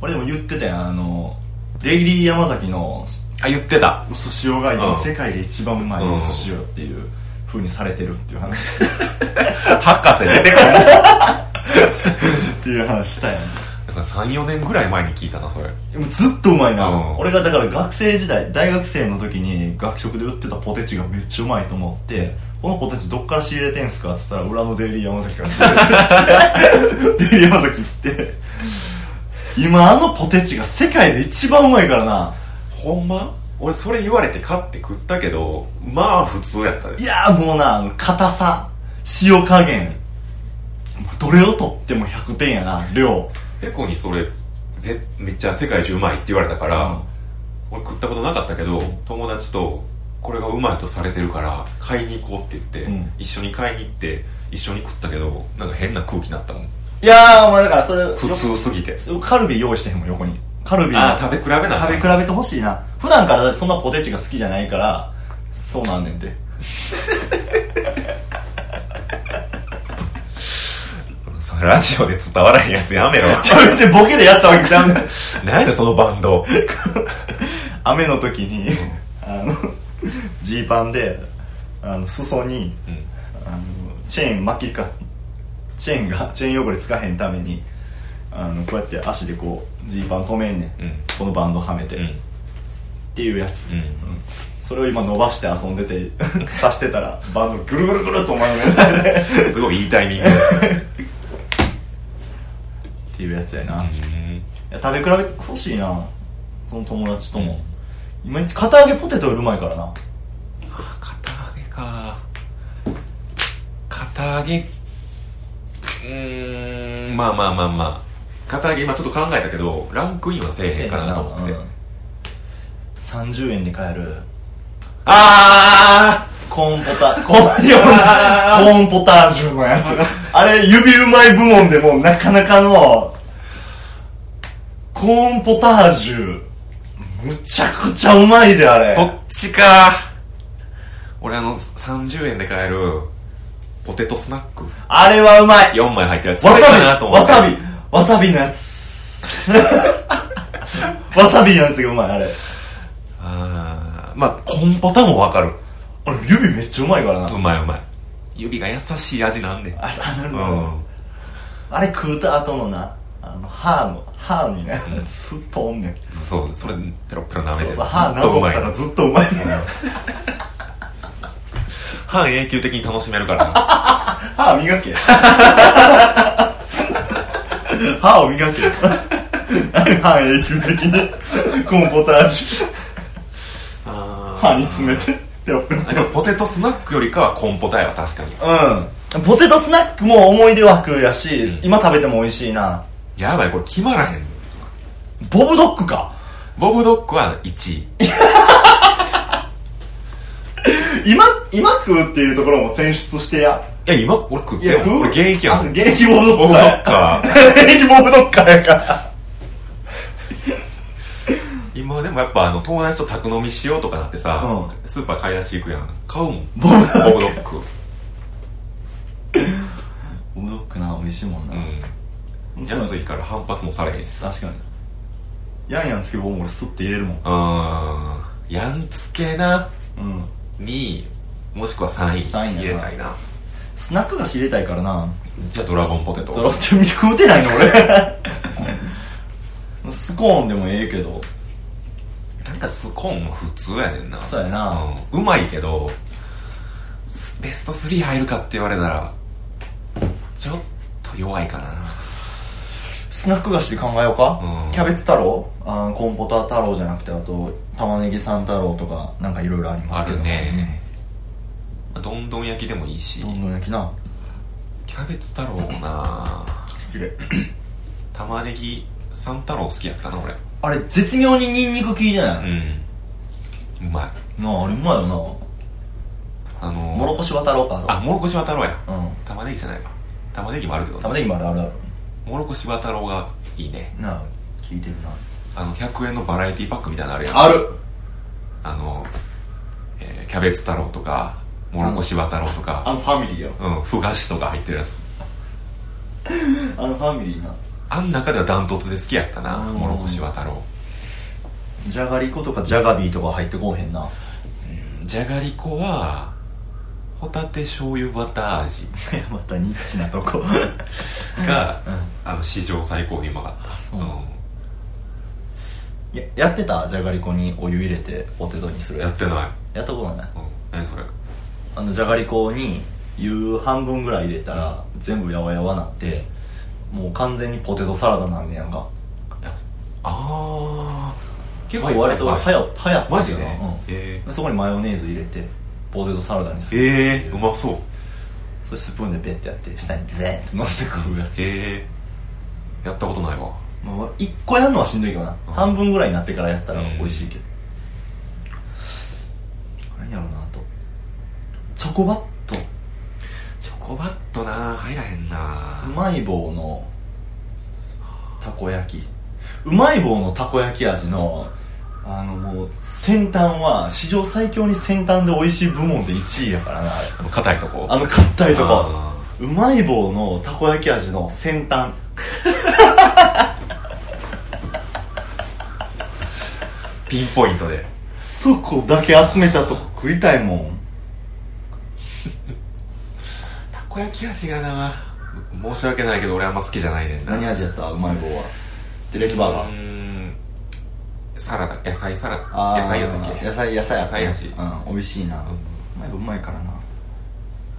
S2: 俺でも言ってたやんあのデイリー山崎の
S1: あ言ってた
S2: 薄塩が今、
S1: うん
S2: 世界で一番うまい
S1: うん
S2: 薄塩っていう風にされてるっていう 話
S1: 博士出てくる
S2: っていう話したやん
S1: 34年ぐらい前に聞いたなそれ
S2: でもずっとうまいな、
S1: うん
S2: 俺がだから学生時代大学生の時に学食で売ってたポテチがめっちゃうまいと思ってこのポテチどっから仕入れてんすかっつったら裏のデイリー山崎から仕入れ てんすデイリー山崎って今あのポテチが世界で一番うまいからな
S1: ほんま俺それ言われて買って食ったけどまあ普通やった
S2: い
S1: で
S2: やーもうなあの硬さ塩加減どれをとっても100点やな量
S1: ペコにそれぜめっちゃ世界一うまいって言われたから、俺食ったことなかったけど友達とこれがうまいとされてるから買いに行こうって言って、
S2: うん
S1: 一緒に買いに行って一緒に食ったけどなんか変な空気になったもん
S2: いやーお前だからそれ
S1: 普通すぎて
S2: よカルビ用意してへんもん横にカルビの
S1: ああ食べ比べな
S2: 食べ比べてほしいな普段からだってそんなポテチが好きじゃないからそうなんねんて
S1: べラジオで伝わらへんやつやめろ
S2: じゃあ別にボケでやったわけちゃうねん
S1: 何やねんそのバンド
S2: 雨の時にあのジーパンであの裾に
S1: うん
S2: あのチェーン巻きかチェーンがチェーン汚れつかへんためにあのこうやって足でこうジーパン止めんねん、
S1: うん
S2: このバンドはめて、
S1: う
S2: っ
S1: ん
S2: ていうやつ、
S1: うん
S2: それを今伸ばして遊ん でて刺してたらバンドぐるぐるぐるっとお前の目の前で
S1: すごいいいタイミング
S2: っていうやつやな、
S1: うん
S2: いや食べ比べ欲しいなその友達とも、今いち片揚げポテトよりうまいからな
S1: あー片揚げか片揚げうーんまあまあまあまあ片揚げ今ちょっと考えたけどランクインはせえへんかなと思って
S2: うん30円で買える
S1: あ
S2: コーンポタ コーンコーンポタージュのやつあれ指うまい部門でもなかなかのコーンポタージュむちゃくちゃうまいであ
S1: あ
S2: れ
S1: そっちか俺あの30円で買えるポテトスナック
S2: あれはうまい
S1: 4枚入ってるやつ
S2: わ
S1: これかな
S2: さ
S1: と
S2: び
S1: 思
S2: わ
S1: って
S2: さびわさびのや つわさびのやつがうまいあれ
S1: あーまあコンポタもわかる
S2: あれ指めっちゃうまいからな
S1: うまいうまい指が優しい味なんで
S2: ああなる
S1: う
S2: ほど、
S1: ん
S2: あれ食うた後のなあの歯の歯にねずっとおんねん
S1: そうそれペロペロ舐め
S2: そ
S1: て
S2: う
S1: ず
S2: そう歯
S1: っ
S2: なぞ
S1: とう
S2: っ
S1: まい
S2: たらずっとうまいねん
S1: 半永久的に楽しめるからな
S2: 歯磨け 歯を磨け 何歯永久的にコーンポタージュ 歯に詰めてペロペロ
S1: あでもポテトスナックよりかはコンポタイは確かに
S2: うんポテトスナックも思い出枠やし、
S1: ん
S2: 今食べても美味しいな
S1: やばいこれ決まらへん
S2: ボブドッグか
S1: ボブドッグは1位
S2: 今今食うっていうところも選出してや
S1: え今俺食ってる俺現役や
S2: あ
S1: ん
S2: そう現役ボブドッ
S1: ボ
S2: グ
S1: ブド
S2: か
S1: ッグか
S2: 現役ボブドッカーやから
S1: 今でもやっぱあの友達と宅飲みしようとかなってさ、
S2: う
S1: スーパー買い出し行くやん買うもん
S2: ボブドッグ
S1: ボブドッグ
S2: ボブドッグな美味しいもんな、
S1: うん
S2: そう
S1: 安いから反発もされへんしさ
S2: 確かにヤンヤンつけ棒も俺スッて入れるもん
S1: うんやんつけな
S2: うん
S1: 2位もしくは3位
S2: 三位やな
S1: 入れたいな
S2: スナックが知りたいからな
S1: じゃあドラゴンポテト
S2: ドラって見て食うてないの 俺スコーンでもええけど
S1: なんかスコーンも普通やねんな
S2: そうやな、
S1: うんうまいけどベスト3入るかって言われたらちょっと弱いかな
S2: スナック菓子で考えようか、
S1: うん
S2: キャベツ太郎あーコンポタ太郎じゃなくてあと玉ねぎ三太郎とかなんかいろいろありま
S1: あ
S2: すけど
S1: るね、どんどん焼きでもいいし
S2: うんどんどん焼きな
S1: キャベツ太郎もな
S2: 失礼
S1: 玉ねぎ三太郎好きやったな俺
S2: あれ絶妙にニンニク効いてない、
S1: うんうまい
S2: なああれうまいよな
S1: あの
S2: もろこし渡ろうか
S1: あもろこし渡ろうや
S2: うん
S1: 玉ねぎじゃないわ玉ねぎもあるけど
S2: 玉ねぎもあるあるある
S1: もろこし渡ろうがいいね
S2: なあ効いてるな
S1: あの100円のバラエティパックみたいなのあるやん
S2: ある
S1: あの、えーキャベツ太郎とかもろこし渡ろうとか
S2: のファミリーよ
S1: うんふ菓子とか入ってるやつ
S2: あのファミリーな
S1: あん中ではダントツで好きやったな
S2: うん
S1: もろこし渡ろ
S2: じゃがりことかじゃがビーとか入ってこうへんな
S1: うじゃがりこはホタテ醤油バター味
S2: またニッチなとこ
S1: が、あの史上最高にうまかった
S2: そう
S1: う
S2: ややってたじゃがりこにお湯入れてポテトにす
S1: ん
S2: る
S1: やってない、
S2: やったことない
S1: うん、何それ
S2: あのじゃがりこに湯半分ぐらい入れたら全部やわやわなってもう完全にポテトサラダなんねやんか
S1: ああ結
S2: もう割とはやはやった
S1: マ
S2: んす
S1: ジ
S2: よ
S1: で、
S2: なうん
S1: え
S2: でそこにマヨネーズ入れてポテトサラダにす
S1: ー、
S2: る
S1: えー、うまそう
S2: それスプーンでペッてやって下にベーンってのせて食うやつ、
S1: えー、やったことないわ
S2: まあ、1個やるのはしんどいけどな、
S1: うん
S2: 半分ぐらいになってからやったら
S1: うん
S2: 美味しいけど、何やろうなあとチョコバット
S1: チョコバットな入らへんな
S2: うまい棒のたこ焼きうまい棒のたこ焼き味のあのもう先端は史上最強に先端で美味しい部門で1位やからなあれ
S1: あの硬いとこ
S2: あの硬いとこ
S1: あ
S2: うまい棒のたこ焼き味の先端
S1: ー ピンポイントで
S2: そこだけ集めたとこ食いたいもん
S1: たこ焼き味がな申し訳ないけど俺あんま好きじゃないねんな
S2: 何味やったうまい棒はテレキバーガ
S1: う
S2: ー
S1: ーんサラダ野菜サラ
S2: あ
S1: ダ
S2: ー
S1: 野菜やったっけ
S2: 野菜野菜やった
S1: 野菜味
S2: うん美味しいな、
S1: ん
S2: うまい棒うまいからな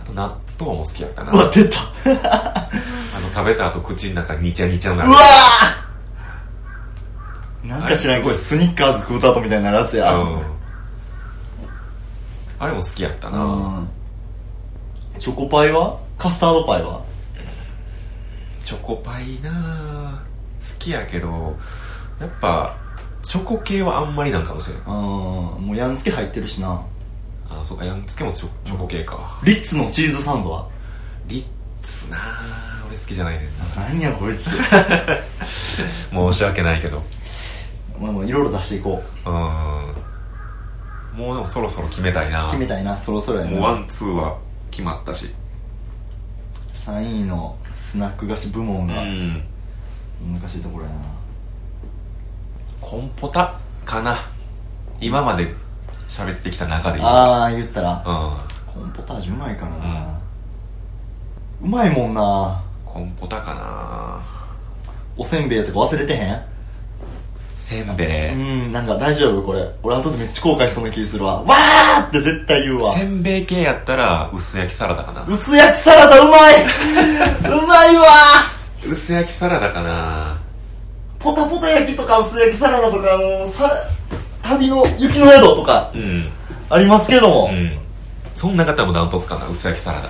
S1: あと納豆も好きやったな
S2: うわ 出た
S1: あの食べた後口の中にちゃにちゃにな
S2: う
S1: る
S2: わーなんか知らんこれスニッカーズ食うた後みたいになるやつや
S1: うんあれも好きやったな、
S2: うんチョコパイはカスタードパイは
S1: チョコパイな好きやけどやっぱチョコ系はあんまりなんかもしれん
S2: うんもうやんつけ入ってるしな
S1: あそうかやんつけもチョチョコ系か
S2: リッツのチーズサンドは
S1: リッツな俺好きじゃないねんな
S2: 何やこいつ
S1: 申し訳ないけどうん
S2: まあまあいろいろ出していこう
S1: もうでもそろそろ決めたいな
S2: 決めたいなそろそろや
S1: もうワ
S2: な
S1: ンツーは決まったし
S2: 3位のスナック菓子部門
S1: う
S2: が
S1: ん
S2: 難しいところやな
S1: コンポタかな今まで喋ってきた中でいい
S2: ああ言ったら
S1: う
S2: コーンポタージュうまいからな、うまいもんなん
S1: コンポタかな
S2: おせんべいとか忘れてへ
S1: せんべい、
S2: んうんなんか大丈夫これ俺後でめっちゃ後悔しそうな気するわわーって絶対言うわ
S1: せんべい系やったら薄焼きサラダかな
S2: 薄焼きサラダうまい うまいわ
S1: 薄焼きサラダかな
S2: ポタポタ焼きとか薄焼きサラダとかあのさら旅の雪の宿とか
S1: うん
S2: ありますけども
S1: う、んそんな方もダントツかな薄焼きサラダ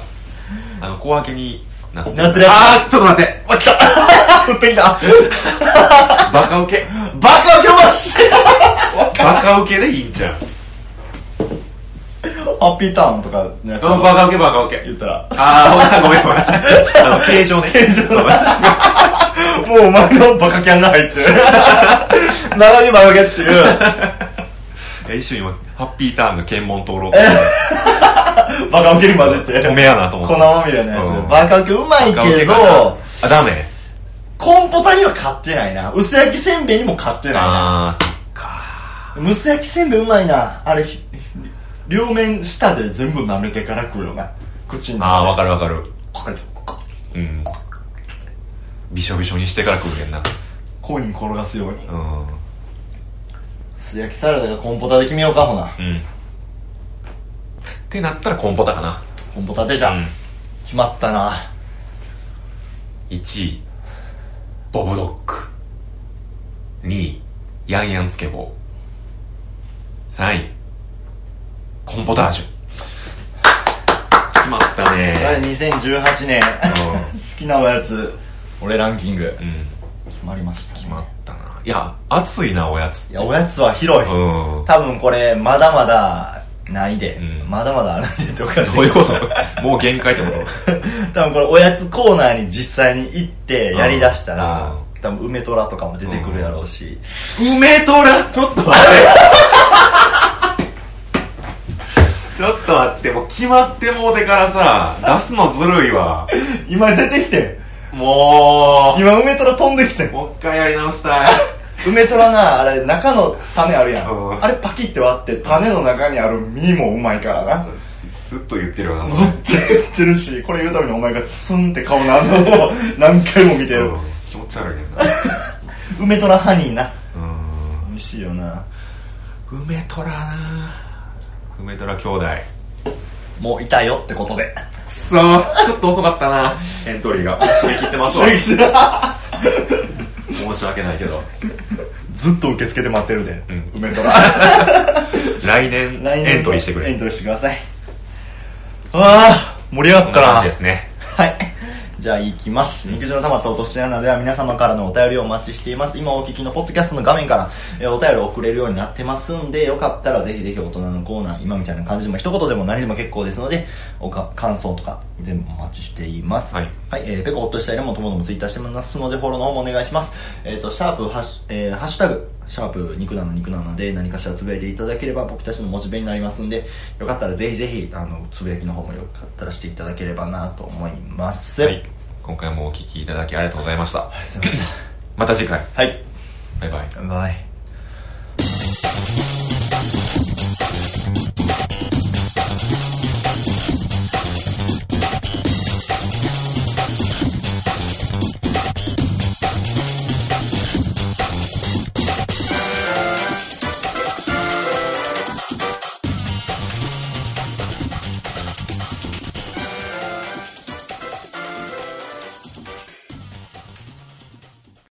S1: あの小分けになって
S2: なってるやつ
S1: あーちょっと待って
S2: あ来た 降ってきた
S1: バカウケ
S2: バカ受けまし
S1: バカウケでいいんじゃん
S2: ハッピーターンとかのやつ
S1: バカウケバカウケ
S2: 言ったら
S1: ああごめんごめんあの形状ね
S2: 形状 もうお前のバカキャンが入ってる。並びバカキャンっていう、
S1: え一瞬今ハッピーターンが検問通ろうと思
S2: バカウケに混じって
S1: って。止めやなと思って
S2: 粉まみれのやつ。
S1: うん
S2: バカウケうまい
S1: バカウ
S2: け
S1: ケ
S2: ど
S1: かな、あダメ
S2: コンポタには買ってないな。薄焼きせんべいにも買ってないな。
S1: ああそっか
S2: 薄焼きせんべいうまいな。あれ、ひ両面舌で全部舐めてから食うよな。口に。
S1: ああわかるわかる
S2: これこ
S1: うんびしょびしょにしてから食うけんな
S2: コイン転がすように。
S1: うん
S2: 薄焼きサラダがコンポタで決めようか、ほな。
S1: うんってなったらコンポタかな
S2: コンポタテじゃん、
S1: うん
S2: 決まったな
S1: 1位ボブドッグ2位ヤンヤンつけ棒3位コンポタージュ決まったね
S2: これ2018年 好きなおやつ俺ランキング
S1: うん、うん、
S2: 決まりました、ね、
S1: 決まったないや暑いなおやつ
S2: いやおやつは広い、
S1: うん
S2: 多分これまだまだないで、
S1: うん
S2: まだまだないでっておかしい
S1: そういうこともう限界ってこと
S2: 多分これおやつコーナーに実際に行ってやりだしたら、
S1: う
S2: 多分梅虎とかも出てくるやろうし、
S1: 梅虎ちょっと待ってちょっと待ってもう決まってもうてからさ出すのずるいわ
S2: 今出てきて
S1: も
S2: ん今梅虎飛んできて
S1: うんもう一回やり直したい
S2: 梅虎なあれ中の種あるやん、
S1: うん
S2: あれパキって割って種の中にある実もうまいからな、
S1: すすっと言ってるよな
S2: ずっと言ってるしこれ言うためにお前がツンって顔なんのを何回も見てる、
S1: うん気持ち悪いねんな
S2: 梅虎ハニーな
S1: うん
S2: 美味しいよな
S1: 梅虎な梅虎兄弟
S2: もういたよってことで
S1: くそちょっと遅かったなエントリーが締め切ってますわ
S2: 正直
S1: 申し訳ないけど
S2: ずっと受付で待ってるで、
S1: うん
S2: 梅虎
S1: 来年
S2: 来年
S1: エントリーしてくれ
S2: エントリーしてくださいああ盛り上が
S1: こ
S2: っ
S1: ん
S2: た
S1: な
S2: な
S1: 感じですね
S2: はいじゃあ行きます肉汁の玉と落とし穴では皆様からのお便りをお待ちしています今お聞きのポッドキャストの画面からえーお便りを送れるようになってますんでよかったらぜひぜひ大人のコーナー今みたいな感じでも一言でも何でも結構ですのでおか感想とか全部お待ちしています
S1: はい
S2: はい、えー、ペコホッとしたいのもともどもツイッターしてますので、フォローの方もお願いします。えっ、と、シャープ、ハッシュ、えーハッシュタグ、シャープ、肉なの肉なので、何かしらつぶやいていただければ、僕たちのモチベになりますんで、よかったらぜひぜひ、あの、つぶやきの方もよかったらしていただければなと思います。
S1: はい今回もお聞きいただきありがとうございました
S2: ありがとうございまし
S1: また次回
S2: た。はい。
S1: バイバイ
S2: バイ。